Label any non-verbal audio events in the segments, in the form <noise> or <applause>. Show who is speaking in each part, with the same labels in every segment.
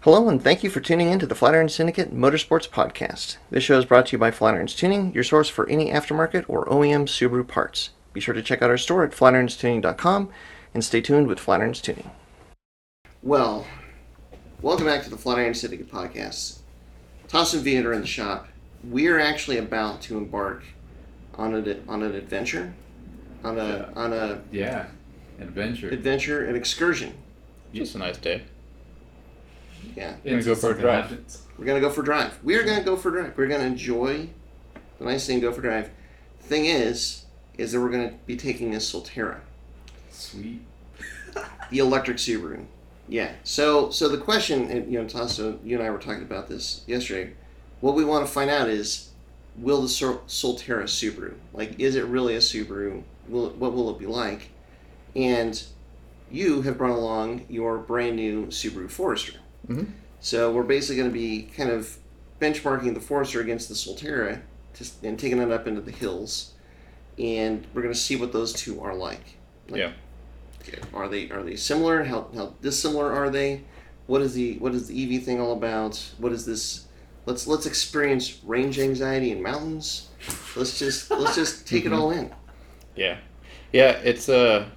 Speaker 1: Hello, and thank you for tuning in to the Flatiron Syndicate Motorsports Podcast. This show is brought to you by Flatiron's Tuning, your source for any aftermarket or OEM Subaru parts. Be sure to check out our store at flatironstuning.com and stay tuned with Flatiron's Tuning. Well, welcome back to the Flatiron Syndicate Podcast. Toss and Viet are in the shop. We're actually about to embark on an, on an adventure, on a, on a
Speaker 2: Yeah, adventure.
Speaker 1: adventure, an excursion.
Speaker 3: Just a nice day.
Speaker 1: Yeah.
Speaker 2: You're gonna go for a drive.
Speaker 1: We're gonna go for a drive. We're gonna go for a drive. We're gonna enjoy the nice thing. Go for a drive. The thing is, is that we're gonna be taking a Solterra,
Speaker 2: Sweet.
Speaker 1: the electric Subaru. Yeah. So, so the question, and you know, Tasso, you and I were talking about this yesterday. What we want to find out is, will the Sol- Solterra Subaru, like, is it really a Subaru? Will what will it be like? And you have brought along your brand new Subaru Forester.
Speaker 3: Mhm.
Speaker 1: So we're basically going to be kind of benchmarking the Forester against the Solterra to, and taking it up into the hills, and we're going to see what those two are like. like
Speaker 3: Yeah.
Speaker 1: Are they are they similar? How how dissimilar are they? What is the what is the EV thing all about? What is this? Let's let's experience range anxiety in mountains. Let's just let's just take it all in.
Speaker 3: Yeah. Yeah, it's uh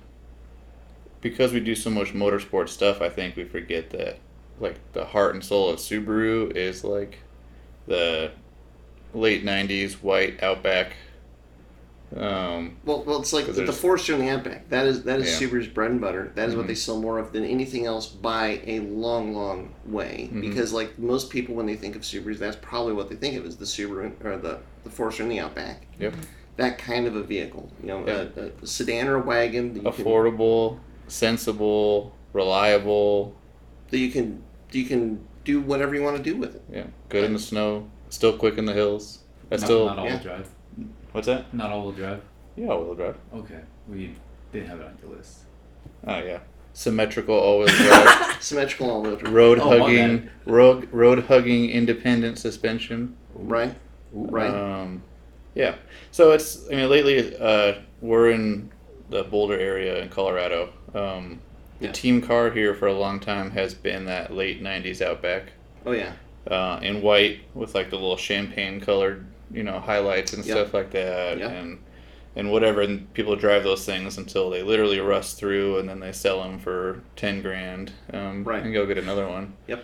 Speaker 3: because we do so much motorsport stuff, I think we forget that like the heart and soul of Subaru is like the late 90s white Outback um
Speaker 1: Well, well, it's like
Speaker 3: 'Cause
Speaker 1: the
Speaker 3: there's-
Speaker 1: Forester and the Outback. That is that is
Speaker 3: Yeah.
Speaker 1: Subaru's bread and butter. That is what
Speaker 3: Mhm.
Speaker 1: they sell more of than anything else by a long, long way.
Speaker 3: Mhm.
Speaker 1: Because like most people, when they think of Subarus, that's probably what they think of is the Subaru or the the Forester and the Outback.
Speaker 3: Yep.
Speaker 1: That kind of a vehicle, you know,
Speaker 3: Yeah.
Speaker 1: a, a sedan or a wagon that you, can,
Speaker 3: affordable, sensible, reliable,
Speaker 1: that you can you can do whatever you want to do with it. <laughs>
Speaker 3: yeah, good in the snow, still quick in the hills. That's
Speaker 2: not,
Speaker 3: still
Speaker 2: not all-wheel
Speaker 1: yeah.
Speaker 2: drive.
Speaker 3: What's that?
Speaker 2: Not all-wheel drive.
Speaker 3: Yeah, all-wheel drive.
Speaker 2: Okay, we didn't have it on your list.
Speaker 3: Oh yeah. Symmetrical all-wheel drive.
Speaker 1: Symmetrical all wheel drive,
Speaker 3: road
Speaker 2: <laughs> Oh, my
Speaker 3: hugging
Speaker 2: bad.
Speaker 3: road road hugging independent suspension
Speaker 1: right? Right.
Speaker 3: um yeah so it's i mean lately uh we're in the boulder area in colorado um the
Speaker 1: Yeah.
Speaker 3: team car here for a long time has been that late 90s outback
Speaker 1: Oh yeah,
Speaker 3: uh in white with like the little champagne colored you know highlights and
Speaker 1: Yeah.
Speaker 3: stuff like that
Speaker 1: Yeah.
Speaker 3: and and whatever and people drive those things until they literally rust through and then they sell them for 10 grand um,
Speaker 1: Right.
Speaker 3: and go get another one
Speaker 1: Yep.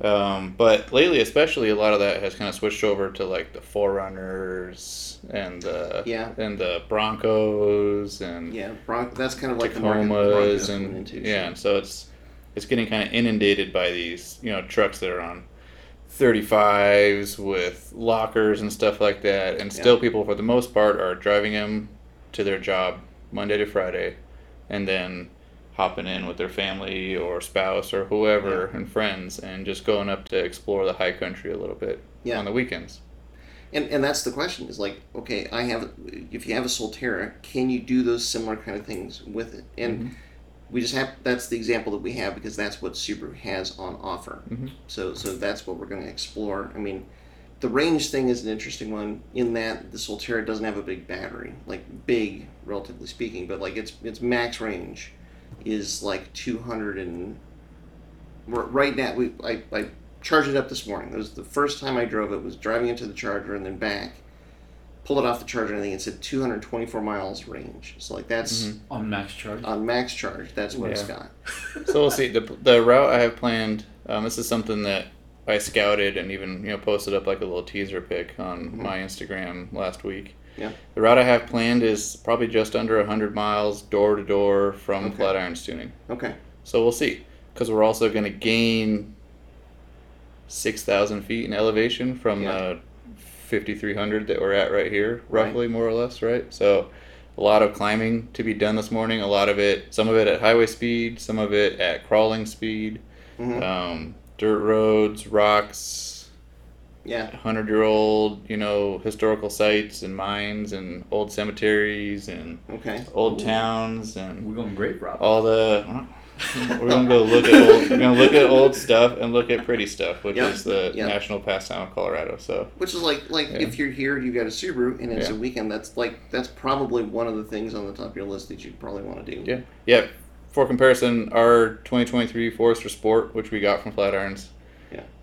Speaker 3: um, but lately especially a lot of that has kind of switched over to like the forerunners and the
Speaker 1: Yeah.
Speaker 3: and the broncos and
Speaker 1: yeah. Bron- that's kind of like the market Bronco's
Speaker 3: Tacomas
Speaker 1: went
Speaker 3: and
Speaker 1: into, so-
Speaker 3: yeah, and so it's it's getting kind of inundated by these you know trucks that are on 35s with lockers and stuff like that, and still people for the most part are driving them to their job Monday to Friday, and then hopping in with their family or spouse or whoever and friends and just going up to explore the high country a little bit
Speaker 1: Yeah.
Speaker 3: on the weekends.
Speaker 1: And and that's the question is like, okay, I have if you have a Solterra, can you do those similar kind of things with it? And we just have that's the example that we have because that's what Subaru has on offer.
Speaker 3: Mhm.
Speaker 1: So so that's what we're going to explore. I mean, the range thing is an interesting one in that the Solterra doesn't have a big battery, like big relatively speaking, but like its its max range is like 200 and r- right now we I, I charged it up this morning. It was the first time I drove it was driving into the charger and then back. Pulled it off the charger and I think it said 224 miles range. So like that's
Speaker 3: Mhm.
Speaker 2: On max charge.
Speaker 1: on max charge. That's what it's got.
Speaker 3: so we'll see the, the route i have planned um, this is something that i scouted and even you know posted up like a little teaser pic on my instagram last
Speaker 1: Mm-hmm.
Speaker 3: week
Speaker 1: Yeah.
Speaker 3: the route i have planned is probably just under 100 miles door to door from
Speaker 1: Okay.
Speaker 3: flatirons tuning
Speaker 1: Okay.
Speaker 3: so we'll see because we're also going to gain 6000 feet in elevation from
Speaker 1: Yeah.
Speaker 3: the 5300 that we're at right here
Speaker 1: Right.
Speaker 3: roughly more or less right so a lot of climbing to be done this morning a lot of it some of it at highway speed some of it at crawling speed
Speaker 1: Mhm.
Speaker 3: um, dirt roads rocks
Speaker 1: Yeah.
Speaker 3: hundred year old you know historical sites and mines and old cemeteries and
Speaker 1: Okay.
Speaker 3: old
Speaker 2: Ooh.
Speaker 3: towns and
Speaker 2: We're going great, Rob. <laughs>
Speaker 3: all the oh, <laughs> we're gonna go look at old, we're gonna look at old stuff and look at pretty stuff, which
Speaker 1: Yeah.
Speaker 3: is the
Speaker 1: Yeah.
Speaker 3: national pastime of Colorado. So
Speaker 1: Which is like like
Speaker 3: Yeah.
Speaker 1: if you're here, you got a Subaru, and it's
Speaker 3: Yeah.
Speaker 1: a weekend. That's like that's probably one of the things on the top of your list that you'd probably want to do.
Speaker 3: yeah, yeah. For comparison, our 2023 Forester Sport, which we got from Flatirons,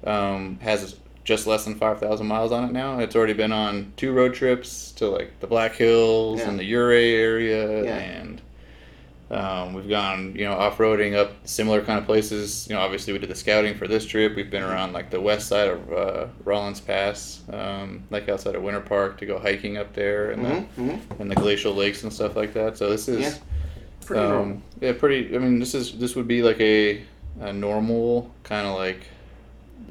Speaker 3: um, has just less than 5,000 miles on it now. It's already been on two road trips to like the Black Hills
Speaker 1: Yeah.
Speaker 3: and the Uray area,
Speaker 1: Yeah.
Speaker 3: and um, we've gone you know off roading up similar kind of places. You know, obviously we did the scouting for this trip. We've been around like the west side of uh, Rollins Pass, um, like outside of Winter Park, to go hiking up there and the
Speaker 1: Mm-hmm. hmm
Speaker 3: and the glacial lakes and stuff like that. So this is
Speaker 1: Yeah. Pretty
Speaker 3: um,
Speaker 1: normal.
Speaker 3: Yeah, pretty. I mean, this is this would be like a, a normal kind of like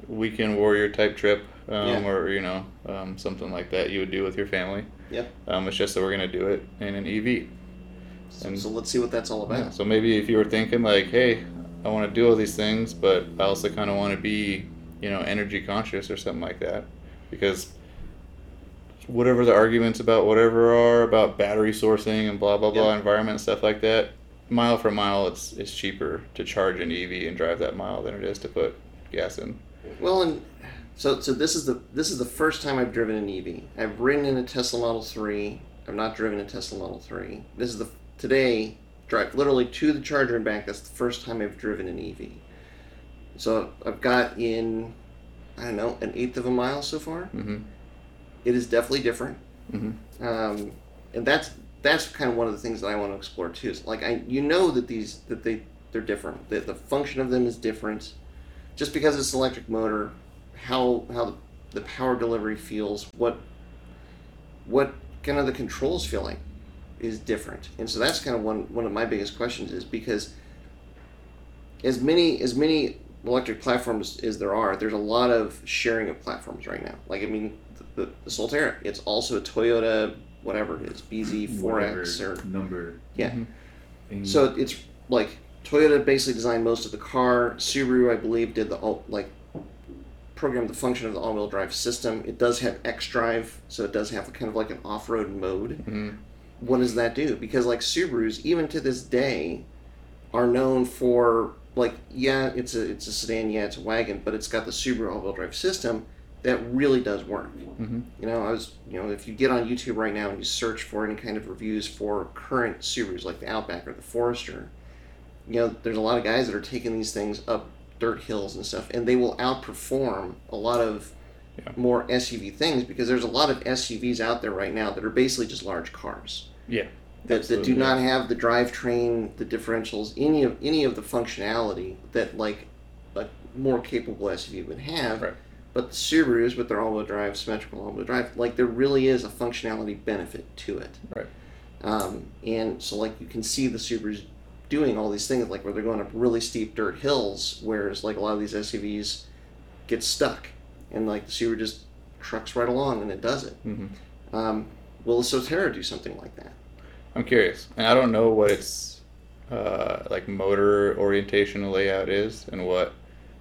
Speaker 3: weekend warrior type trip, um,
Speaker 1: Yeah.
Speaker 3: or you know, um, something like that you would do with your family.
Speaker 1: Yeah.
Speaker 3: Um, it's just that we're gonna do it in an E EV.
Speaker 1: So, so let's see what that's all
Speaker 3: Yeah,
Speaker 1: about.
Speaker 3: so maybe if you were thinking like, hey, I want to do all these things, but I also kind of want to be, you know, energy conscious or something like that, because whatever the arguments about whatever are about battery sourcing and blah blah blah
Speaker 1: Yeah.
Speaker 3: environment and stuff like that, mile for mile, it's it's cheaper to charge an EV and drive that mile than it is to put gas in.
Speaker 1: Well, and so so this is the this is the first time I've driven an EV. I've ridden in a Tesla Model Three. I've not driven a Tesla Model Three. This is the today drive literally to the charger and back. That's the first time I've driven an EV. So I've got in, I don't know, an eighth of a mile so far.
Speaker 3: Mm-hmm.
Speaker 1: It is definitely different.
Speaker 3: Mm-hmm.
Speaker 1: um, and that's that's kind of one of the things that I want to explore too. Is like I you know that these that they they're different. That the function of them is different. Just because it's an electric motor, how how the, the power delivery feels, what what kind of the controls feel like is different. And so that's kind of one one of my biggest questions is because as many as many electric platforms as there are, there's a lot of sharing of platforms right now. Like I mean, the, the, the Solterra, it's also a Toyota whatever it is, BZ4X
Speaker 2: Whatever
Speaker 1: or
Speaker 2: number.
Speaker 1: yeah.
Speaker 2: Thing.
Speaker 1: So it's like Toyota basically designed most of the car. Subaru, I believe, did the all like programmed the function of the all-wheel drive system. It does have X Drive, so it does have a kind of like an off-road mode
Speaker 3: Mm-hmm.
Speaker 1: what does that do? Because like Subarus, even to this day, are known for like yeah, it's a it's a sedan, yeah, it's a wagon, but it's got the Subaru all-wheel drive system that really does work.
Speaker 3: Mm-hmm.
Speaker 1: You know, I was you know if you get on YouTube right now and you search for any kind of reviews for current Subarus like the Outback or the Forester, you know, there's a lot of guys that are taking these things up dirt hills and stuff, and they will outperform a lot of
Speaker 3: Yeah.
Speaker 1: more SUV things because there's a lot of SUVs out there right now that are basically just large cars
Speaker 3: Yeah.
Speaker 1: that, that do
Speaker 3: Absolutely.
Speaker 1: not have the drivetrain, the differentials, any of any of the functionality that like a more capable SUV would have.
Speaker 3: Right.
Speaker 1: But the Subarus with their all-wheel drive, symmetrical all-wheel drive, like there really is a functionality benefit to it.
Speaker 3: Right.
Speaker 1: Um, and so like you can see the Subarus doing all these things, like where they're going up really steep dirt hills, whereas like a lot of these SUVs get stuck, and like the Subaru just trucks right along and it does it.
Speaker 3: Mm-hmm.
Speaker 1: Um, will the Sotera do something like that?
Speaker 3: I'm curious, and I don't know what its uh, like motor orientation layout is, and what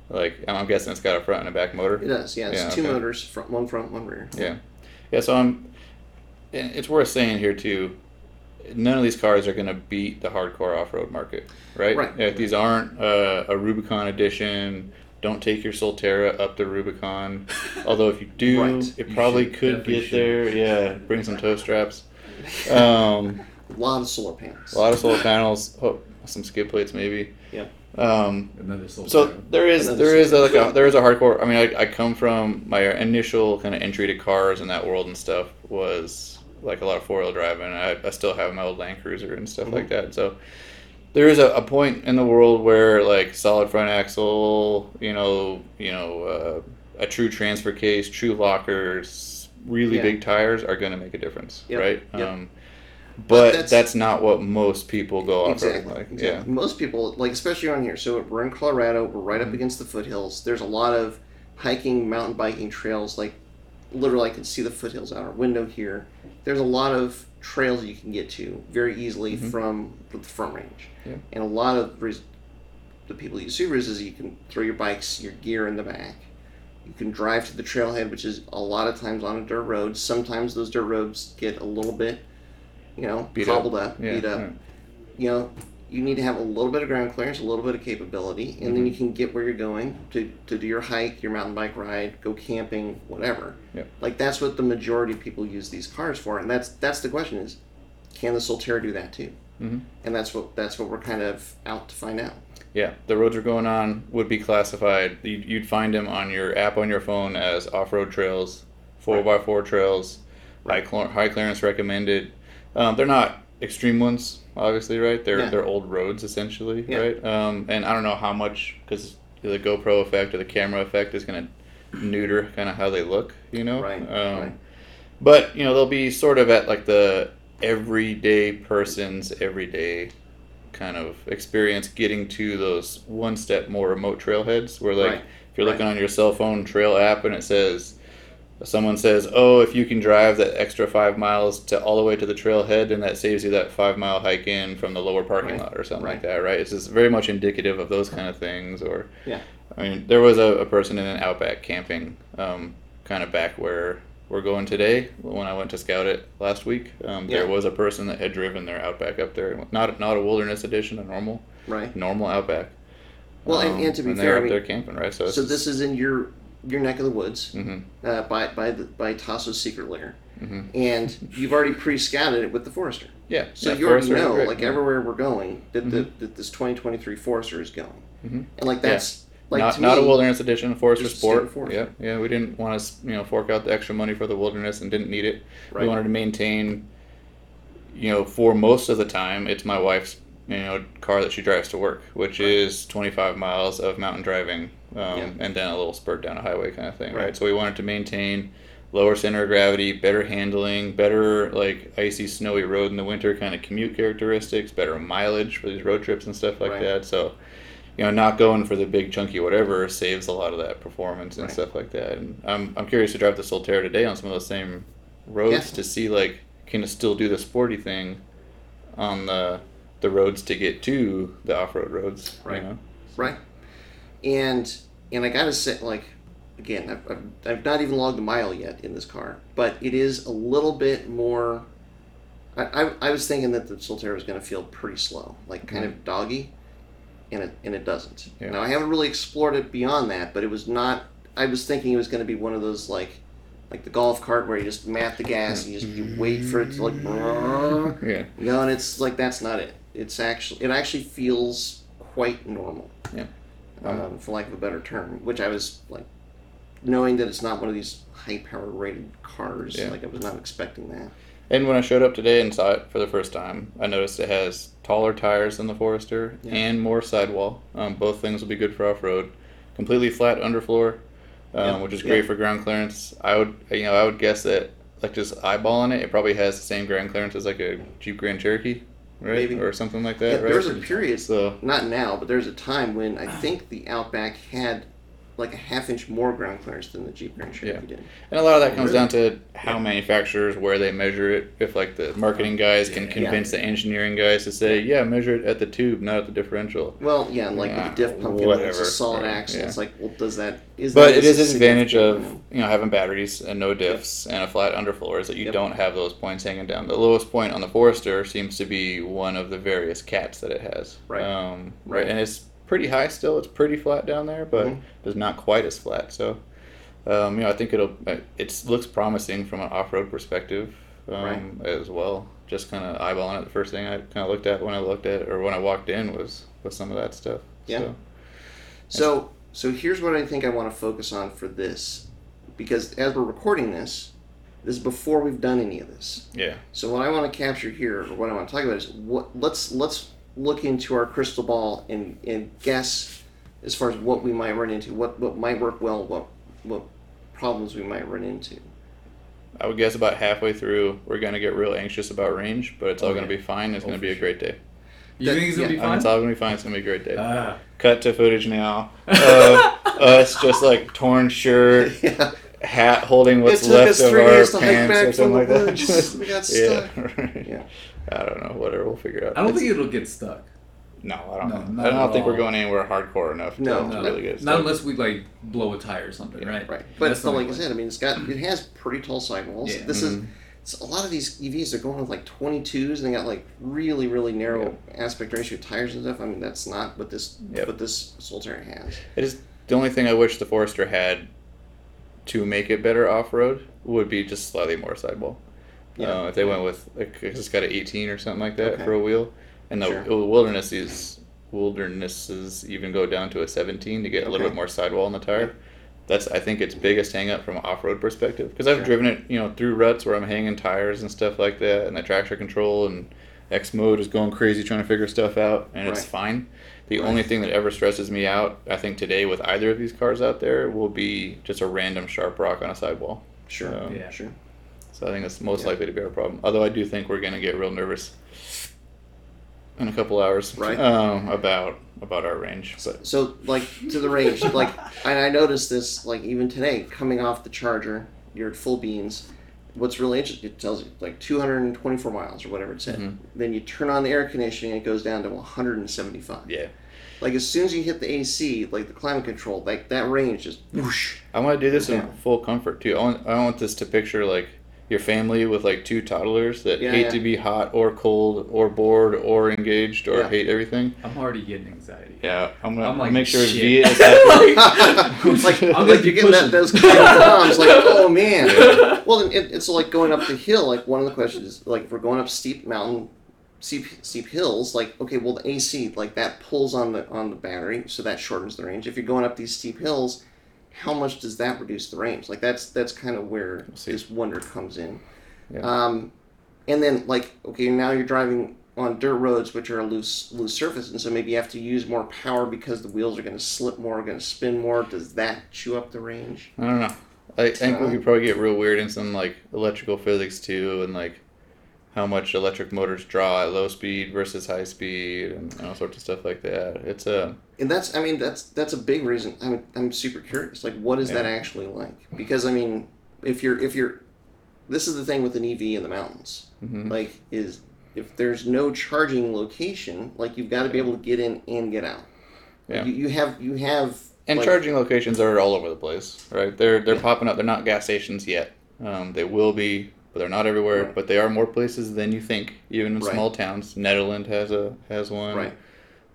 Speaker 3: like I'm guessing it's got a front and a back motor.
Speaker 1: It does, yeah. It's
Speaker 3: Yeah,
Speaker 1: two
Speaker 3: okay.
Speaker 1: motors, front, one front, one rear.
Speaker 3: Yeah, yeah. So I'm. and It's worth saying here too. None of these cars are going to beat the hardcore off-road market, right?
Speaker 1: Right.
Speaker 3: If these aren't uh, a Rubicon edition, don't take your Solterra up the
Speaker 1: <laughs>
Speaker 3: Rubicon. Although if you do,
Speaker 1: Right.
Speaker 3: it
Speaker 2: You
Speaker 3: probably
Speaker 2: should,
Speaker 3: could
Speaker 2: definitely
Speaker 3: get
Speaker 2: should.
Speaker 3: there. Yeah, bring some toe straps. Um,
Speaker 1: A lot of solar panels.
Speaker 3: A lot of solar panels, oh, some skid plates maybe.
Speaker 1: Yeah.
Speaker 3: Um,
Speaker 2: another soul.
Speaker 3: so there is
Speaker 1: Another
Speaker 3: there is a,
Speaker 1: solar
Speaker 3: like a there is a hardcore. I mean, I, I come from my initial kind of entry to cars and that world and stuff was like a lot of four wheel driving. I, I still have my old Land Cruiser and stuff like
Speaker 1: Mm-hmm.
Speaker 3: that. So there is a, a point in the world where like solid front axle, you know, you know, uh, a true transfer case, true lockers, really
Speaker 1: Yeah.
Speaker 3: big tires are going to make a difference,
Speaker 1: Yep,
Speaker 3: right?
Speaker 1: yep.
Speaker 3: Um, but,
Speaker 1: that's-
Speaker 3: that's, not what most people go off roading
Speaker 1: Exactly.
Speaker 3: like.
Speaker 1: exactly. Most people, like especially around here, so we're in Colorado. We're right
Speaker 3: Mm-hmm.
Speaker 1: up against the foothills. There's a lot of hiking, mountain biking trails. Like literally, I can see the foothills out our window here. There's a lot of trails you can get to very easily from the front range.
Speaker 3: Mm-hmm. Yeah.
Speaker 1: And a lot of res- the people who use Subarus is you can throw your bikes, your gear in the back. You can drive to the trailhead, which is a lot of times on a dirt road. Sometimes those dirt roads get a little bit, you know,
Speaker 3: Beat up.
Speaker 1: cobbled up,
Speaker 3: Yeah. Hmm.
Speaker 1: beat up
Speaker 3: yeah.
Speaker 1: you know, you need to have a little bit of ground clearance, a little bit of capability, and then you can get where you're going to, to do your hike, your mountain bike ride, go camping, whatever.
Speaker 3: Yep.
Speaker 1: Like that's what the majority of people use these cars for, and that's that's the question is, can the Solterra do that too?
Speaker 3: Mhm.
Speaker 1: Mm-hmm. And that's what that's what we're kind of out to find out.
Speaker 3: Yeah, the roads we're going on would be classified. You'd, you'd find them on your app on your phone as off-road trails, four by four trails, high, cl- high clearance recommended. Um, they're not extreme ones, obviously, right? They're
Speaker 1: Yeah.
Speaker 3: they're old roads essentially,
Speaker 1: Yeah.
Speaker 3: right? Um, and I don't know how much because the GoPro effect or the camera effect is gonna neuter kind of how they look, you know?
Speaker 1: Right,
Speaker 3: Um,
Speaker 1: right.
Speaker 3: But you know they'll be sort of at like the everyday person's everyday kind of experience getting to those one step more remote trailheads where like
Speaker 1: Right,
Speaker 3: if you're
Speaker 1: right.
Speaker 3: looking on your cell phone trail app and it says someone says oh if you can drive that extra five miles to all the way to the trailhead then that saves you that five mile hike in from the lower parking
Speaker 1: Right,
Speaker 3: lot or something like
Speaker 1: right.
Speaker 3: that right it's just very much indicative of those kind of things or
Speaker 1: Yeah.
Speaker 3: I mean, there was a, a person in an outback camping, um, kind of back where we're going today. When I went to scout it last week, um, there
Speaker 1: Yeah.
Speaker 3: was a person that had driven their outback up there. Not not a wilderness edition, a normal
Speaker 1: Right.
Speaker 3: normal outback. Um,
Speaker 1: Well, and- Um, and to be fair,
Speaker 3: they're
Speaker 1: I
Speaker 3: up
Speaker 1: mean-
Speaker 3: there camping, right? So,
Speaker 1: So this is in your your neck of the woods
Speaker 3: hmm
Speaker 1: uh, by by the, by Tasso's secret lair,
Speaker 3: Mhm.
Speaker 1: and you've already pre-scouted it with the forester.
Speaker 3: yeah.
Speaker 1: So
Speaker 3: yeah,
Speaker 1: you already
Speaker 3: forests are
Speaker 1: know,
Speaker 3: great,
Speaker 1: like
Speaker 3: yeah. Mm-hmm.
Speaker 1: everywhere we're going, that, the, that this 2023 forester is going,
Speaker 3: Mhm.
Speaker 1: and like that's like
Speaker 3: not,
Speaker 1: to
Speaker 3: not
Speaker 1: me,
Speaker 3: a wilderness edition, a forester
Speaker 1: just standard
Speaker 3: sport.
Speaker 1: forester.
Speaker 3: Yeah, yeah. We didn't want to, you know, fork out the extra money for the wilderness and didn't need it.
Speaker 1: Right.
Speaker 3: We wanted to maintain, you know, for most of the time, it's my wife's, you know, car that she drives to work, which is 25 miles of mountain driving, um,
Speaker 1: Yeah.
Speaker 3: and then a little spurt down a highway kind of thing,
Speaker 1: Right.
Speaker 3: right? So we wanted to maintain lower center of gravity, better handling, better like icy, snowy road in the winter kind of commute characteristics, better mileage for these road trips and stuff like
Speaker 1: Right.
Speaker 3: that. So you know, not going for the big chunky whatever saves a lot of that performance and
Speaker 1: Right.
Speaker 3: stuff like that. And I'm, I'm curious to drive the Solterra today on some of those same roads
Speaker 1: Yeah.
Speaker 3: to see like can it still do the sporty thing on the the roads to get to the off road roads. you
Speaker 1: Right.
Speaker 3: know?
Speaker 1: right? And and I gotta say, like, again, I've, I've, I've not even logged a mile yet in this car, but it is a little bit more. I, I, I was thinking that the Solterra was gonna feel pretty slow, like kind of doggy, and it and it doesn't.
Speaker 3: Yeah.
Speaker 1: Now I haven't really explored it beyond that, but it was not. I was thinking it was gonna be one of those like. Like the golf cart where you just map the gas and you just you wait for it to like, brrrr.
Speaker 3: Yeah.
Speaker 1: no, and it's like that's not it. It's actually it actually feels quite normal um, for lack of a better term, which I was like, knowing that it's not one of these high power rated cars,
Speaker 3: Yeah.
Speaker 1: like I was not expecting that.
Speaker 3: And when I showed up today and saw it for the first time, I noticed it has taller tires than the Forester
Speaker 1: Yeah.
Speaker 3: and more sidewall. Um, both things will be good for off road. Completely flat underfloor, um,
Speaker 1: Yeah,
Speaker 3: which is
Speaker 1: yeah.
Speaker 3: great for ground clearance. I would, you know, I would guess that like just eyeballing it, it probably has the same ground clearance as like a Jeep Grand Cherokee, right,
Speaker 1: Maybe.
Speaker 3: or something like
Speaker 1: Yeah,
Speaker 3: that,
Speaker 1: there was a
Speaker 3: right?
Speaker 1: period,
Speaker 3: so
Speaker 1: not now, but there's a time when I think the Outback had like a half inch more ground clearance than the Jeep Grand Cherokee did.
Speaker 3: And a lot
Speaker 1: Oh,
Speaker 3: of that comes
Speaker 2: Really?
Speaker 3: down to how manufacturers where they measure it. If like the
Speaker 1: Oh,
Speaker 3: marketing guys can
Speaker 2: Yeah.
Speaker 3: convince the engineering guys to say, yeah, measure it at the tube, not at the differential.
Speaker 1: Well, yeah, and like
Speaker 3: Yeah,
Speaker 1: with the diff pump, you know, it's
Speaker 3: whatever.
Speaker 1: a solid
Speaker 3: Right,
Speaker 1: axle.
Speaker 3: yeah.
Speaker 1: It's like, well, does that is
Speaker 3: But
Speaker 1: that
Speaker 3: it is an
Speaker 1: significant-
Speaker 3: advantage of you know having batteries and no diffs and a flat underfloor is that you
Speaker 1: Yep.
Speaker 3: don't have those points hanging down. The lowest point on the Forester seems to be one of the various cats that it has.
Speaker 1: Right.
Speaker 3: Um, right.
Speaker 1: Right.
Speaker 3: And it's pretty high still. It's pretty flat down there, but
Speaker 1: Mhm.
Speaker 3: it's not quite as flat. So, um, you know, I think it'll it looks promising from an off road perspective um, as well. Just kind of eyeballing it. The first thing I kind of looked at when I looked at or when I walked in was was some of that stuff.
Speaker 1: Yeah.
Speaker 3: So,
Speaker 1: So so here's what I think I want to focus on for this, because as we're recording this, this is before we've done any of this.
Speaker 3: yeah.
Speaker 1: So what I want to capture here, or what I want to talk about, is what let's let's look into our crystal ball and and guess as far as what we might run into, what what might work well, what what problems we might run into. <laughs>
Speaker 3: I would guess about halfway through, we're going to get real anxious about range, but it's all
Speaker 2: Oh,
Speaker 3: going to
Speaker 2: yeah.
Speaker 3: be fine. It's
Speaker 2: Oh,
Speaker 3: going
Speaker 2: for
Speaker 3: to be a
Speaker 2: sure.
Speaker 3: great day.
Speaker 2: You
Speaker 1: That-
Speaker 2: think it's gonna
Speaker 1: yeah,
Speaker 3: I mean,
Speaker 2: be
Speaker 3: it's
Speaker 2: fun?
Speaker 3: all going to be fine. It's going to be a great day.
Speaker 2: Ah,
Speaker 3: Cut to footage now
Speaker 2: <laughs>
Speaker 3: of us just like torn shirt,
Speaker 1: Yeah,
Speaker 3: hat holding what's
Speaker 1: it took
Speaker 3: left
Speaker 1: us
Speaker 3: of
Speaker 1: three
Speaker 3: our
Speaker 1: days to hike
Speaker 3: pants or
Speaker 1: back from
Speaker 3: something
Speaker 1: the
Speaker 3: like that.
Speaker 1: woods. we got
Speaker 3: <laughs> yeah.
Speaker 1: stuck. Yeah.
Speaker 3: yeah. I don't know. Whatever. We'll figure it out.
Speaker 2: I don't
Speaker 3: It's-
Speaker 2: think it'll get stuck.
Speaker 3: No, I don't
Speaker 2: No,
Speaker 3: know.
Speaker 2: not
Speaker 3: I don't
Speaker 2: at
Speaker 3: think we're
Speaker 2: all.
Speaker 3: going anywhere hardcore enough
Speaker 1: No,
Speaker 3: to
Speaker 2: No,
Speaker 3: really get
Speaker 2: not
Speaker 3: stuff.
Speaker 2: unless we like blow a tire or something,
Speaker 3: Yeah,
Speaker 2: right?
Speaker 1: Right, but
Speaker 2: That's
Speaker 1: it's not
Speaker 2: the
Speaker 1: like I
Speaker 2: only
Speaker 1: said. I mean, it's got it has pretty tall sidewalls.
Speaker 2: Yeah. Mm-hmm.
Speaker 1: This is. It's a lot of these EVs are going with like 22s and they got like really really narrow aspect ratio tires and stuff. I mean that's not what this
Speaker 3: Yep.
Speaker 1: what this Solterra has.
Speaker 3: It is the only thing I wish the Forester had to make it better off road would be just slightly more sidewall.
Speaker 1: Yeah.
Speaker 3: Uh, if they went with like 'cause it's got an 18 or something like that
Speaker 1: Okay.
Speaker 3: for a wheel, and the
Speaker 1: Sure.
Speaker 3: the wilderness is wildernesses even go down to a 17 to get a
Speaker 1: Okay.
Speaker 3: little bit more sidewall in the tire. That's I think its biggest hang up from an off road perspective because I've
Speaker 2: Sure.
Speaker 3: driven it you know through ruts where I'm hanging tires and stuff like that and the traction control and X mode is going crazy trying to figure stuff out and it's
Speaker 1: Right.
Speaker 3: fine. The only thing that ever stresses me out, I think today with either of these cars out there, will be just a random sharp rock on a sidewall.
Speaker 1: Sure.
Speaker 3: So,
Speaker 2: Yeah.
Speaker 1: Sure.
Speaker 3: so I think that's most
Speaker 1: Yeah.
Speaker 3: likely to be our problem. Although I do think we're gonna get real nervous in a couple hours,
Speaker 1: Right.
Speaker 3: Um, about about our range.
Speaker 1: So, so like to the range,
Speaker 2: <laughs>
Speaker 1: like, and I noticed this, like even today, coming off the charger, you're at full beans. What's really interesting, it tells you like 224 miles or whatever it said.
Speaker 2: Mm-hmm.
Speaker 3: Mhm.
Speaker 1: Then you turn on the air conditioning, it goes down to 175.
Speaker 3: Yeah,
Speaker 1: Like as soon as you hit the AC, like the climate control, like that range just
Speaker 2: <laughs>
Speaker 1: whoosh. <laughs>
Speaker 3: I want to do this
Speaker 1: Yeah.
Speaker 3: in full comfort too. I want, I want this to picture like your family with like two toddlers that
Speaker 1: Yeah,
Speaker 3: hate
Speaker 1: yeah.
Speaker 3: to be hot or cold or bored or engaged or
Speaker 1: Yeah.
Speaker 3: hate everything.
Speaker 2: I'm already getting anxiety.
Speaker 3: Yeah, I'm gonna
Speaker 2: I'm like,
Speaker 3: make sure
Speaker 2: shit. <laughs>
Speaker 3: V is happy.
Speaker 1: like,
Speaker 2: I'm
Speaker 1: like
Speaker 2: gonna
Speaker 1: you're
Speaker 2: be
Speaker 1: getting that,
Speaker 2: pushing.
Speaker 1: those kind
Speaker 2: <laughs>
Speaker 1: of bombs, like, oh man. Well, then it, it's like going up the hill. Like one of the questions is, like, if we're going up steep mountain, steep steep hills, like, okay, well, the AC, like, that pulls on the on the battery, so that shortens the range. If you're going up these steep hills, how much does that reduce the range? Like, that's that's kind of where
Speaker 3: see.
Speaker 1: this wonder comes in.
Speaker 3: Yeah.
Speaker 1: Um, and then like, okay, now you're driving on dirt roads, which are a loose loose surface, and so maybe you have to use more power because the wheels are going to slip more, going to spin more. Does that chew up the range?
Speaker 3: I don't know. I think we could probably get real weird in some like electrical physics too, and like how much electric motors draw at low speed versus high speed, and all sorts of stuff like that. It's uh, a
Speaker 1: And that's, I mean, that's that's a big reason. I'm I'm super curious. Like, what is that
Speaker 3: Yeah.
Speaker 1: actually like? Because I mean, if you're if you're, this is the thing with an EV in the mountains.
Speaker 3: mhm.
Speaker 1: Like, is if there's no charging location, like you've got to be able to get in and get out.
Speaker 3: Yeah.
Speaker 1: You, you have you have
Speaker 3: and
Speaker 1: like-
Speaker 3: charging locations are all over the place, right? They're they're popping up. They're not gas stations yet. Um, they will be, but they're not everywhere.
Speaker 1: Right.
Speaker 3: But they are more places than you think, even in
Speaker 1: Right.
Speaker 3: small towns. Netherland has a has one.
Speaker 1: Right.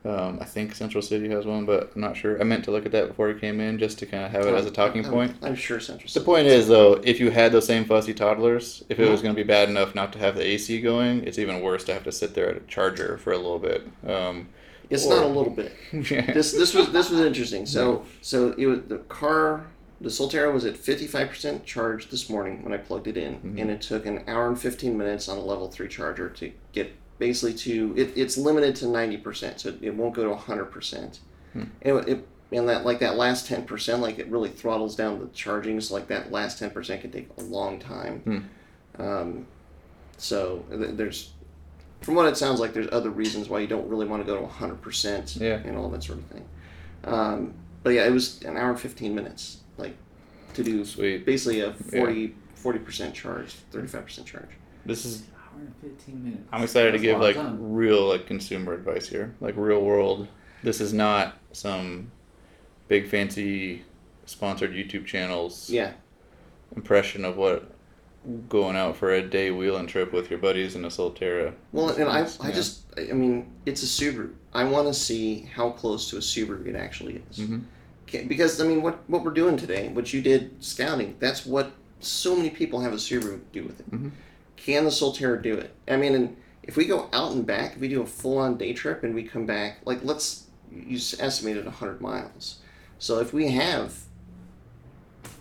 Speaker 3: Um, I think Central City has one, but I'm not sure. I meant to look at that before we came in, just to kind of have it as a talking
Speaker 1: I'm-
Speaker 3: point.
Speaker 1: I'm sure Central.
Speaker 3: The
Speaker 1: City-
Speaker 3: point is, though, if you had those same fussy toddlers, if it was going to be bad enough not to have the AC going, it's even worse to have to sit there at a charger for a little bit. Um,
Speaker 1: It's
Speaker 3: or-
Speaker 1: not a little bit. <laughs>
Speaker 3: <laughs>
Speaker 1: This this was this was interesting. So so it was the car. The Solterra was at fifty five percent charged this morning when I plugged it in, and it took an hour and fifteen minutes on a level three charger to get basically to it, it's limited to ninety percent, so it, it won't go to hundred percent. And it, it and that like that last ten percent, like it really throttles down the charging. So like that last ten percent can take a long time.
Speaker 3: Hmm,
Speaker 1: Um, so th- there's, from what it sounds like, there's other reasons why you don't really want to go to 100%
Speaker 3: Yeah.
Speaker 1: and all that sort of thing. Um, but yeah, it was an hour and 15 minutes, like, to do
Speaker 3: Sweet.
Speaker 1: basically a 40, 40% charge, 35% charge.
Speaker 3: this is.
Speaker 2: Hour and 15 minutes.
Speaker 3: I'm excited
Speaker 2: That's
Speaker 3: to
Speaker 2: a
Speaker 3: give
Speaker 2: long
Speaker 3: like
Speaker 2: time.
Speaker 3: real like consumer advice here, like real world. This is not some big fancy sponsored YouTube channels
Speaker 1: Yeah,
Speaker 3: impression of what going out for a day wheeling trip with your buddies in a Solterra.
Speaker 1: Well, and I, I
Speaker 3: Yeah.
Speaker 1: just, I mean, it's a Subaru. I want to see how close to a Subaru it actually is.
Speaker 3: Mhm.
Speaker 1: Ca- Because, I mean, what, what we're doing today, what you did scouting, that's what so many people have a Subaru do with it. <laughs>
Speaker 3: Mhm.
Speaker 1: Can the Solterra do it? I mean, and if we go out and back, if we do a full on day trip and we come back, like, let's, you s- estimated 100 miles. So if we have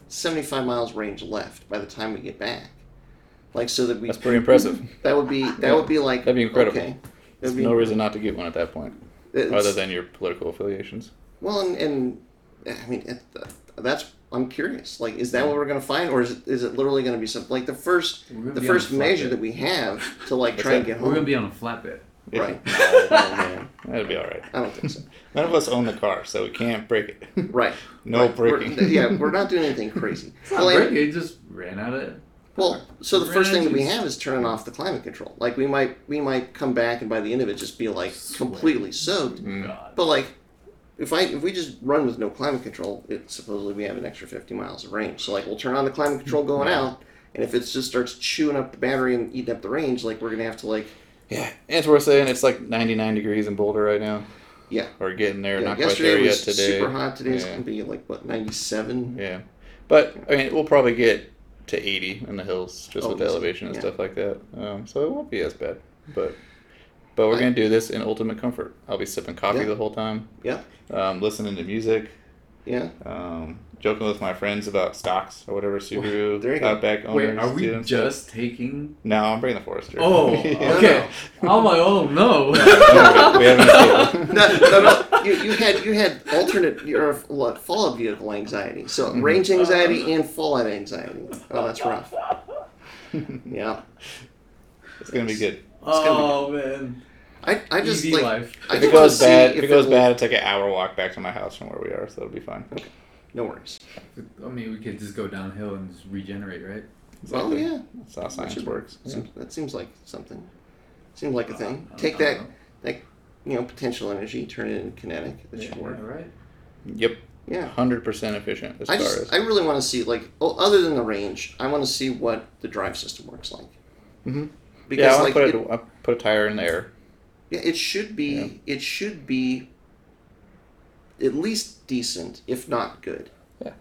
Speaker 1: 75 miles range left by the time we get back, like, so that we.
Speaker 3: That's pretty impressive.
Speaker 1: <laughs> That would be that
Speaker 3: Yeah.
Speaker 1: would be like
Speaker 3: That'd be incredible.
Speaker 1: Okay.
Speaker 3: There's
Speaker 1: That'd be-
Speaker 3: no reason not to get one at that point,
Speaker 1: it's-
Speaker 3: other than your political affiliations.
Speaker 1: well, and, and I mean it, that's I'm curious. Like, is that what we're gonna find, or is it, is it literally gonna be something like the first
Speaker 2: We're gonna
Speaker 1: the
Speaker 2: be on
Speaker 1: first
Speaker 2: the flatbed.
Speaker 1: measure that we have to like
Speaker 3: What's
Speaker 1: try and
Speaker 3: that?
Speaker 1: get
Speaker 2: We're
Speaker 1: home?
Speaker 2: gonna be on
Speaker 1: <laughs>
Speaker 2: a flatbed.
Speaker 1: right.
Speaker 3: No,
Speaker 1: Oh, man.
Speaker 3: That'd be all right.
Speaker 1: I don't think so.
Speaker 3: None of us own the car, so we can't break it.
Speaker 1: <laughs> Right.
Speaker 3: No
Speaker 1: Right. We're- <laughs>
Speaker 3: breaking.
Speaker 1: yeah, we're not doing anything crazy.
Speaker 2: It's not
Speaker 1: Well, and-
Speaker 2: breaking, it just ran out of.
Speaker 1: Well, so the
Speaker 2: We're
Speaker 1: first thing
Speaker 2: gonna
Speaker 1: that we
Speaker 2: just-
Speaker 1: have is turning off the climate control. Like we might we might come back and by the end of it just be like
Speaker 2: Sweat.
Speaker 1: completely soaked.
Speaker 2: God.
Speaker 1: But like, if I if we just run with no climate control, it supposedly we have an extra fifty miles of range. So like, we'll turn on the climate control going
Speaker 3: Mm-hmm.
Speaker 1: out, and if it just starts chewing up the battery and eating up the range, like we're gonna have to like,
Speaker 3: <laughs> Yeah, and it's worth saying it's like 99 degrees in Boulder right now.
Speaker 1: yeah.
Speaker 3: Or getting there,
Speaker 1: yeah
Speaker 3: not quite
Speaker 1: yesterday
Speaker 3: there
Speaker 1: it
Speaker 3: yet
Speaker 1: was
Speaker 3: today.
Speaker 1: super hot. Today's
Speaker 3: yeah.
Speaker 1: gonna be like what ninety seven.
Speaker 3: yeah, but I mean, we'll probably get to 80 in the hills just
Speaker 1: Oh,
Speaker 3: with the
Speaker 1: easy.
Speaker 3: elevation and
Speaker 1: Yeah.
Speaker 3: stuff like that. Um, so it won't be as bad, but But we're
Speaker 1: I-
Speaker 3: gonna do this in ultimate comfort. I'll be sipping coffee
Speaker 1: Yeah.
Speaker 3: the whole time,
Speaker 1: Yeah,
Speaker 3: um, listening to music,
Speaker 1: yeah.
Speaker 3: um, joking with my friends about stocks or whatever Subaru
Speaker 1: there you go.
Speaker 3: Outback owners.
Speaker 2: Wait, are we
Speaker 3: do and stuff.
Speaker 2: just
Speaker 3: <laughs>
Speaker 2: taking?
Speaker 3: No, I'm bringing the Forester.
Speaker 2: Oh,
Speaker 3: <laughs> Yeah.
Speaker 2: okay. <laughs> I'm like, oh <laughs>
Speaker 3: No,
Speaker 2: no.
Speaker 3: we <laughs> haven't
Speaker 1: <laughs>
Speaker 3: escaped.
Speaker 1: No, no, no. You, you had you had alternate your what, fallout vehicle anxiety. So range anxiety and fallout anxiety. Oh, that's rough. Yeah,
Speaker 3: It's gonna be good.
Speaker 2: Oh man.
Speaker 1: I, I just
Speaker 2: Easy
Speaker 1: like
Speaker 2: life.
Speaker 1: I just
Speaker 3: If it
Speaker 1: wanna
Speaker 3: goes
Speaker 1: see
Speaker 3: bad, if it goes
Speaker 1: will-
Speaker 3: bad, it's like an hour walk back to my house from where we are, so it'll be fine.
Speaker 1: no worries.
Speaker 2: I mean, we could just go downhill and just regenerate, right?
Speaker 1: Well,
Speaker 3: Exactly.
Speaker 1: Oh, yeah.
Speaker 3: That's how science
Speaker 1: should-
Speaker 3: works. Yeah.
Speaker 1: Seems- That seems like something. Seems like a thing.
Speaker 2: Uh,
Speaker 1: Take
Speaker 2: uh,
Speaker 1: that, that, you know, potential energy, turn it into kinetic. That should
Speaker 2: Yeah,
Speaker 1: work.
Speaker 2: right.
Speaker 3: Yep,
Speaker 1: Yeah.
Speaker 3: hundred percent efficient. This
Speaker 1: I
Speaker 3: car
Speaker 1: just,
Speaker 3: is.
Speaker 1: I really want to see like, oh, other than the range, I want to see what the drive system works like.
Speaker 3: Mhm.
Speaker 1: Because
Speaker 3: yeah, I
Speaker 1: like,
Speaker 3: want to
Speaker 1: it,
Speaker 3: put, a- I put a tire in there.
Speaker 1: yeah, it should be, it should be, at least decent, if not good.
Speaker 3: Yeah.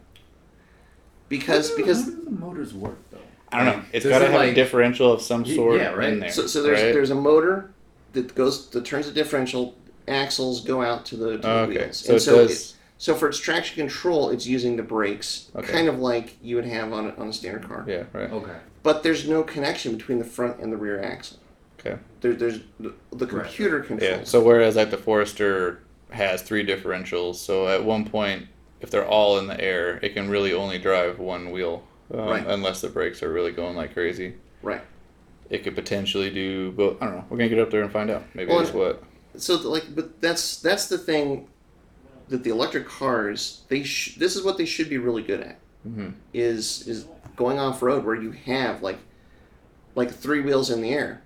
Speaker 1: Because
Speaker 2: How do-
Speaker 1: because
Speaker 2: how do the motors work though?
Speaker 3: I don't know.
Speaker 2: Like,
Speaker 3: It's
Speaker 2: does
Speaker 3: got to
Speaker 2: it,
Speaker 3: have a
Speaker 2: like-
Speaker 3: differential of some
Speaker 2: Y-
Speaker 3: sort
Speaker 2: yeah, right.
Speaker 3: in there.
Speaker 1: So, so there's
Speaker 3: right?
Speaker 1: there's a motor that goes that turns the differential. Axles go out to the, to the
Speaker 3: Oh, okay.
Speaker 1: wheels,
Speaker 3: So
Speaker 1: and
Speaker 3: it
Speaker 1: so
Speaker 3: does-
Speaker 1: it- so for its traction control, it's using the brakes,
Speaker 3: Okay.
Speaker 1: kind of like you would have on a, on a standard car.
Speaker 3: yeah, right.
Speaker 2: Okay.
Speaker 1: But there's no connection between the front and the rear axle.
Speaker 3: Okay.
Speaker 1: There, there's the, the
Speaker 2: Right.
Speaker 1: computer
Speaker 3: Yeah.
Speaker 1: controls.
Speaker 3: So whereas like the Forester has three differentials, so at one point, if they're all in the air, it can really only drive one wheel, um,
Speaker 1: Right.
Speaker 3: unless the brakes are really going like crazy.
Speaker 1: Right.
Speaker 3: It could potentially do, but I don't know. We're gonna get up there and find out. Maybe
Speaker 1: Well,
Speaker 3: it's what.
Speaker 1: So the- like, but that's that's the thing that the electric cars they sh- this is what they should be really good at.
Speaker 3: hmm
Speaker 1: is is going off road where you have like like three wheels in the air.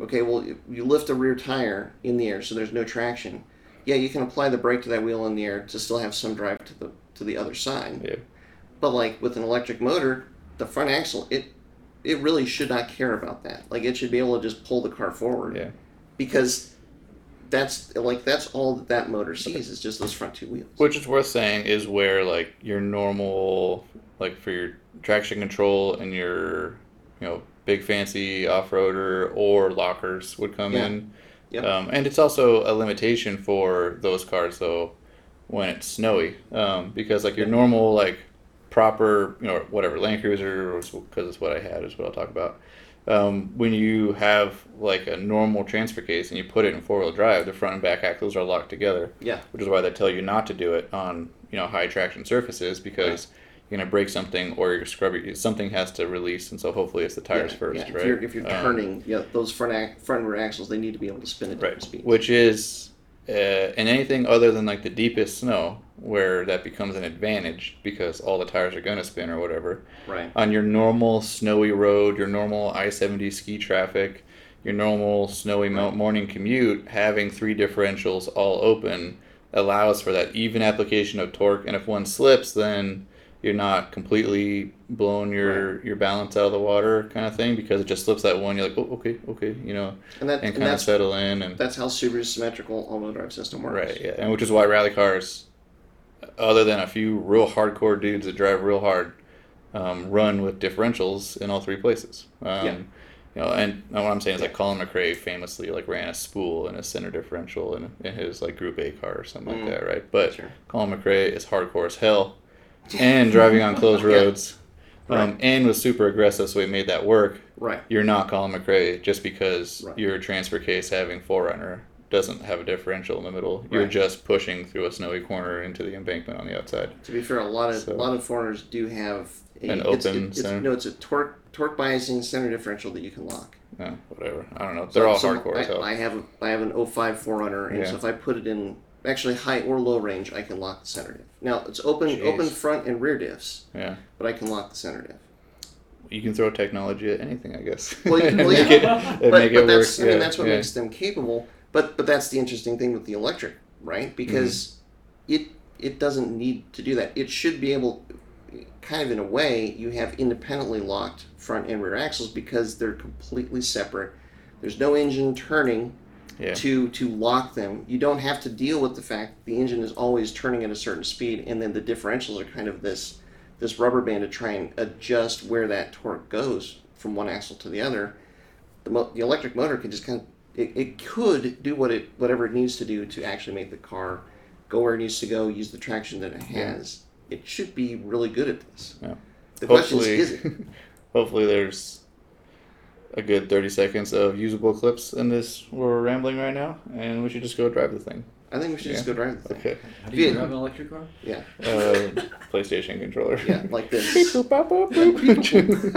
Speaker 1: Okay, well you you lift a rear tire in the air, so there's no traction. Yeah, you can apply the brake to that wheel in the air to still have some drive to the to the other side.
Speaker 3: Yeah.
Speaker 1: But like with an electric motor, the front axle it it really should not care about that. Like it should be able to just pull the car forward.
Speaker 3: Yeah.
Speaker 1: Because that's like that's all that that motor sees is just those front two wheels.
Speaker 3: Which is worth saying is where like your normal like for your traction control and your you know big fancy off roader or lockers would come
Speaker 1: Yeah.
Speaker 3: in.
Speaker 1: Yep.
Speaker 3: Um, and it's also a limitation for those cars though when it's snowy um, because like your normal like proper you know whatever Land Cruiser or because it's what I had is what I'll talk about. Um, when you have like a normal transfer case and you put it in four wheel drive, the front and back axles are locked together
Speaker 1: Yeah.
Speaker 3: which is why they tell you not to do it on you know high traction surfaces because you're gonna break something or you're scrubbing something has to release and so hopefully it's the tires
Speaker 1: yeah,
Speaker 3: first
Speaker 1: yeah.
Speaker 3: right
Speaker 1: If you're, if you're
Speaker 3: Um,
Speaker 1: turning, yeah, those front ac- front rear axles, they need to be able to spin at different
Speaker 3: right
Speaker 1: speeds.
Speaker 3: which is uh, in anything other than like the deepest snow where that becomes an advantage because all the tires are gonna spin or whatever
Speaker 1: Right.
Speaker 3: on your normal snowy road, your normal I 70 ski traffic, your normal snowy mo- morning commute, having three differentials all open allows for that even application of torque. And if one slips, then you're not completely blowing your, your balance out of the water kind of thing because it just slips that one. You're like, oh, okay, okay, you know,
Speaker 1: And that
Speaker 3: and
Speaker 1: and
Speaker 3: kind of
Speaker 1: that's
Speaker 3: settle in. And
Speaker 1: that's how Subaru's symmetrical all-wheel drive system works.
Speaker 3: Right, yeah, and which is why rally cars, other than a few real hardcore dudes that drive real hard, um, run with differentials in all three places. Um,
Speaker 1: Yeah.
Speaker 3: You know, and and what I'm saying is like Colin McRae famously like ran a spool and a center differential in, in his like Group A car or something
Speaker 1: Mm.
Speaker 3: like that, right? But
Speaker 1: Sure.
Speaker 3: Colin McRae is hardcore as hell, and driving on
Speaker 1: <laughs>
Speaker 3: closed
Speaker 1: Yeah.
Speaker 3: roads, um,
Speaker 1: Right.
Speaker 3: and was super aggressive, so he made that work
Speaker 1: Right.
Speaker 3: you're not Colin McRae just because
Speaker 1: Right.
Speaker 3: your transfer case having Forerunner doesn't have a differential in the middle. You're
Speaker 1: Right.
Speaker 3: just pushing through a snowy corner into the embankment on the outside.
Speaker 1: To be fair, a lot of
Speaker 3: So-
Speaker 1: a lot of foreigners do have a,
Speaker 3: An
Speaker 1: it's,
Speaker 3: open
Speaker 1: it- it's,
Speaker 3: center?
Speaker 1: no, it's a torque torque biasing center differential that you can lock.
Speaker 3: Yeah, whatever. I don't know. They're all
Speaker 1: So
Speaker 3: hardcore
Speaker 1: I,
Speaker 3: as hell.
Speaker 1: I have a, I have an 05 Forerunner, and
Speaker 3: Yeah.
Speaker 1: so if I put it in actually high or low range, I can lock the center diff. Now it's open
Speaker 3: Jeez.
Speaker 1: open front and rear diffs,
Speaker 3: yeah.
Speaker 1: but I can lock the center diff.
Speaker 3: You can throw technology at anything, I guess.
Speaker 1: Well,
Speaker 3: <laughs>
Speaker 1: you-
Speaker 3: And
Speaker 1: well,
Speaker 3: make
Speaker 1: yeah.
Speaker 3: it, and
Speaker 1: but,
Speaker 3: make
Speaker 1: but
Speaker 3: it work.
Speaker 1: that's I mean
Speaker 3: Yeah,
Speaker 1: that's what
Speaker 3: yeah.
Speaker 1: makes them capable. But but that's the interesting thing with the electric, right? Because
Speaker 3: Mm-hmm.
Speaker 1: it it doesn't need to do that. It should be able, kind of in a way, you have independently locked front and rear axles because they're completely separate. There's no engine turning
Speaker 3: Yeah.
Speaker 1: to to lock them. You don't have to deal with the fact that the engine is always turning at a certain speed, and then the differentials are kind of this this rubber band to try and adjust where that torque goes from one axle to the other. The, mo- the electric motor can just kind of it, it could do what it whatever it needs to do to actually make the car go where it needs to go, use the traction that it has. It should be really good at this.
Speaker 3: Yeah.
Speaker 1: The question is,
Speaker 3: Hopefully, <laughs>
Speaker 1: is it?
Speaker 3: hopefully there's a good 30 seconds of usable clips in this where we're rambling right now, and we should just go drive the thing.
Speaker 1: I think we should just go drive the thing.
Speaker 3: Okay.
Speaker 2: How do you
Speaker 1: Yeah.
Speaker 2: drive an electric car?
Speaker 1: Yeah,
Speaker 3: Uh, PlayStation controller.
Speaker 1: yeah, like
Speaker 3: Beep,
Speaker 1: this.
Speaker 3: boop, bop, bop, boop.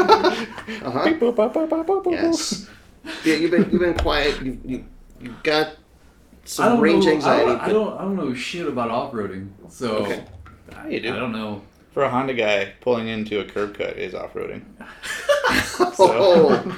Speaker 1: Uh-huh.
Speaker 3: Beep, boop, bop, bop, bop, bop, boop.
Speaker 1: Yes. <laughs> Yeah, you've been you've been quiet. You you you've got
Speaker 2: I
Speaker 1: some
Speaker 2: don't
Speaker 1: range
Speaker 2: know,
Speaker 1: anxiety.
Speaker 2: I don't, I
Speaker 1: but-
Speaker 2: don't. I don't know shit about off roading. So
Speaker 1: Okay.
Speaker 2: I,
Speaker 3: You do.
Speaker 2: I don't know.
Speaker 3: For a Honda guy, pulling into a curb cut is off-roading.
Speaker 1: Oh,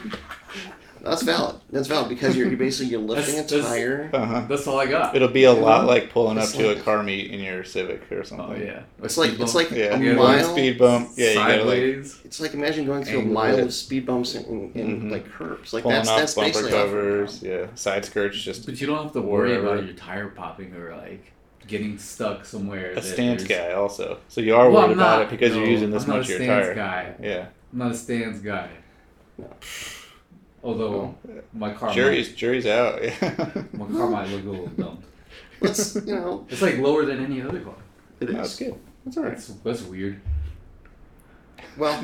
Speaker 1: that's valid. That's valid because you're, you're basically
Speaker 3: <laughs>
Speaker 1: you're lifting
Speaker 2: That's-
Speaker 1: a
Speaker 2: that's-
Speaker 1: tire.
Speaker 3: Uh-huh.
Speaker 2: That's all I got.
Speaker 3: It'll be a lot like pulling up
Speaker 1: It's
Speaker 3: to a
Speaker 1: like-
Speaker 3: car meet in your Civic or something.
Speaker 2: Oh yeah.
Speaker 1: It's like it's like
Speaker 3: Yeah,
Speaker 1: a
Speaker 3: you gotta
Speaker 1: mile.
Speaker 3: speed bump. Yeah, you gotta like
Speaker 2: sideways.
Speaker 1: It's like imagine going through a
Speaker 3: Angle
Speaker 1: mile
Speaker 3: it.
Speaker 1: of speed bumps and, and, and,
Speaker 3: Mhm.
Speaker 1: like curves. Like
Speaker 3: pulling
Speaker 1: that's
Speaker 3: off
Speaker 1: that's
Speaker 3: bumper
Speaker 1: basically <laughs>
Speaker 3: covers. Yeah, side skirts. Just
Speaker 2: but you don't have to worry
Speaker 3: Wherever.
Speaker 2: about your tire popping or like getting stuck somewhere.
Speaker 3: a
Speaker 2: that
Speaker 3: stance
Speaker 2: there's-
Speaker 3: guy also. So you are
Speaker 2: Well,
Speaker 3: worried
Speaker 2: I'm
Speaker 3: about
Speaker 2: not-
Speaker 3: it because you're
Speaker 2: no,
Speaker 3: using this
Speaker 2: I'm not
Speaker 3: much
Speaker 2: a
Speaker 3: of your
Speaker 2: stance
Speaker 3: tire.
Speaker 2: guy.
Speaker 3: Yeah,
Speaker 2: I'm not a stance guy.
Speaker 1: No.
Speaker 2: Although my car, might,
Speaker 3: jury's jury's out. <laughs> Yeah,
Speaker 2: my car might look a little dumb.
Speaker 1: Let's you know
Speaker 2: It's like lower than any other car.
Speaker 1: it is.
Speaker 3: that's good.
Speaker 1: That's all right.
Speaker 2: That's that's weird.
Speaker 1: Well,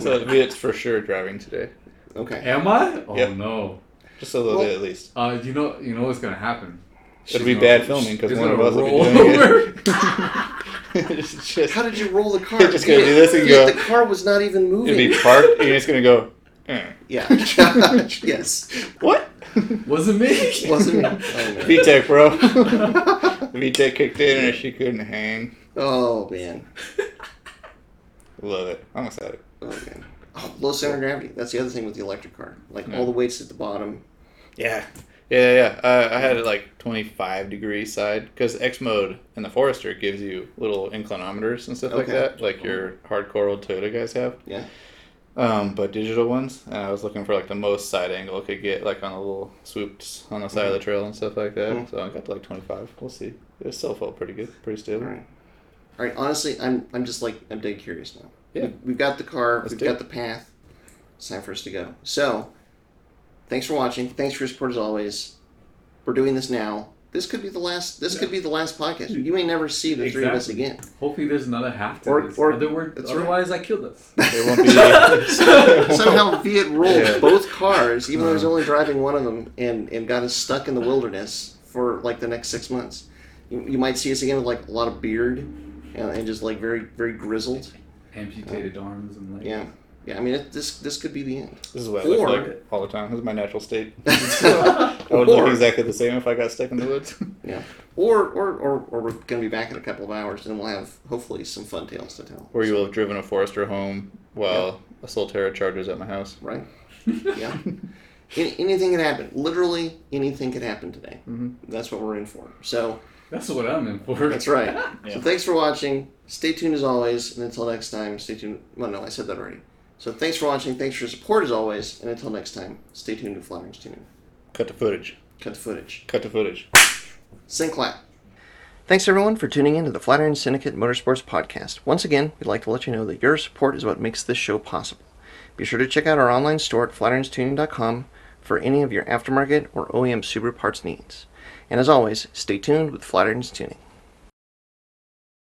Speaker 3: So <laughs> it's for sure driving today.
Speaker 1: okay.
Speaker 2: Am I? Oh
Speaker 3: Yep.
Speaker 2: no.
Speaker 3: Just a little
Speaker 1: Well-
Speaker 3: bit at least.
Speaker 2: Uh, you know, you know what's gonna happen.
Speaker 3: It'll
Speaker 2: She's
Speaker 3: be
Speaker 2: gonna-
Speaker 3: bad filming because
Speaker 2: she's
Speaker 3: one of
Speaker 2: gonna
Speaker 3: us will
Speaker 2: roll
Speaker 3: be doing
Speaker 2: over.
Speaker 3: it. <laughs> it's just,
Speaker 1: How did you roll the
Speaker 3: <laughs>
Speaker 1: car?
Speaker 3: You're just gonna
Speaker 1: Yet-
Speaker 3: do this and
Speaker 1: yet
Speaker 3: go-
Speaker 1: The car was not even moving.
Speaker 3: it'll be <laughs> parked and it's gonna go. "Eh, <laughs>
Speaker 1: yeah. <laughs> yes.
Speaker 3: What?
Speaker 2: Was it
Speaker 1: <laughs>
Speaker 2: me?
Speaker 1: Wasn't
Speaker 2: <laughs>
Speaker 1: me. Oh, man.
Speaker 3: <laughs> VTech, bro. <laughs> VTech kicked in and she couldn't hang.
Speaker 1: Oh man.
Speaker 3: Love it. I'm excited.
Speaker 1: Oh man. Oh, low center of gravity. That's the other thing with the electric car. Like
Speaker 3: Hmm.
Speaker 1: all the weights at the bottom.
Speaker 3: Yeah. Yeah, yeah. Uh, I had it like 25 degree side because X mode in the Forester gives you little inclinometers and stuff like
Speaker 1: Okay.
Speaker 3: that, like your hardcore old Toyota guys have.
Speaker 1: Yeah.
Speaker 3: Um, but digital ones. And I was looking for like the most side angle I could get, like on the little swoops on the side
Speaker 1: Mm-hmm.
Speaker 3: of the trail and stuff like that.
Speaker 1: Mhm.
Speaker 3: So I got to like 25. We'll see. It still felt pretty good, pretty
Speaker 1: All
Speaker 3: stable.
Speaker 1: right. All right. Honestly, I'm I'm just like I'm dead curious now.
Speaker 3: Yeah.
Speaker 1: We- We've got the car.
Speaker 3: Let's
Speaker 1: we've
Speaker 3: do
Speaker 1: got
Speaker 3: it.
Speaker 1: the path. It's time for us to go. So, thanks for watching. Thanks for your support as always. We're doing this now. This could be the last. This could be the last podcast. You may never see the three of us
Speaker 2: Exactly.
Speaker 1: again.
Speaker 2: Hopefully, there's another half to
Speaker 1: Or-
Speaker 2: this.
Speaker 1: or-
Speaker 2: Other word,
Speaker 1: that's right.
Speaker 2: otherwise, I
Speaker 1: <laughs>
Speaker 2: killed us.
Speaker 3: It won't <laughs> be. uh,
Speaker 1: Somehow Viet rolled
Speaker 3: Yeah. Uh.
Speaker 1: both cars, even though he was only driving one of them, and, and got us stuck in the wilderness for like the next six months. You, you might see us again with like a lot of beard and, and just like very very grizzled.
Speaker 2: Amputated arms and legs.
Speaker 1: Yeah, yeah. I mean, it, this this could be the end.
Speaker 3: This is what I
Speaker 1: Or-
Speaker 3: look like all the time. This is my
Speaker 1: <laughs>
Speaker 3: natural state. <laughs> I would look
Speaker 1: Or-
Speaker 3: exactly the same if I got stuck in the
Speaker 1: <laughs>
Speaker 3: woods. <laughs>
Speaker 1: Yeah. Or or, or or we're gonna be back in a couple of hours, and we'll have hopefully some fun tales to tell.
Speaker 3: Or you will have driven a Forester home while a Solterra charger's at my house.
Speaker 1: right?
Speaker 2: <laughs>
Speaker 1: Yeah. Any, anything could happen. Literally anything could happen today.
Speaker 3: Mm-hmm.
Speaker 1: That's what we're in for. So
Speaker 2: That's what I'm in for.
Speaker 1: that's
Speaker 2: <laughs>
Speaker 1: right. So
Speaker 3: Yeah.
Speaker 1: thanks for watching. Stay tuned as always, and until next time, stay tuned. Well, no, I said that already. So thanks for watching. Thanks for your support as always, and until next time, stay tuned to Fluttering's Tuning.
Speaker 3: Cut the footage.
Speaker 1: Cut the footage.
Speaker 3: Cut the footage.
Speaker 1: Sing clap.
Speaker 4: Thanks everyone for tuning in to the Flatiron Syndicate Motorsports Podcast. Once again, we'd like to let you know that your support is what makes this show possible. Be sure to check out our online store at flatironstuning.com for
Speaker 1: E
Speaker 4: any of your aftermarket or OEM Subaru parts needs. And as always, stay tuned with Flatiron's Tuning.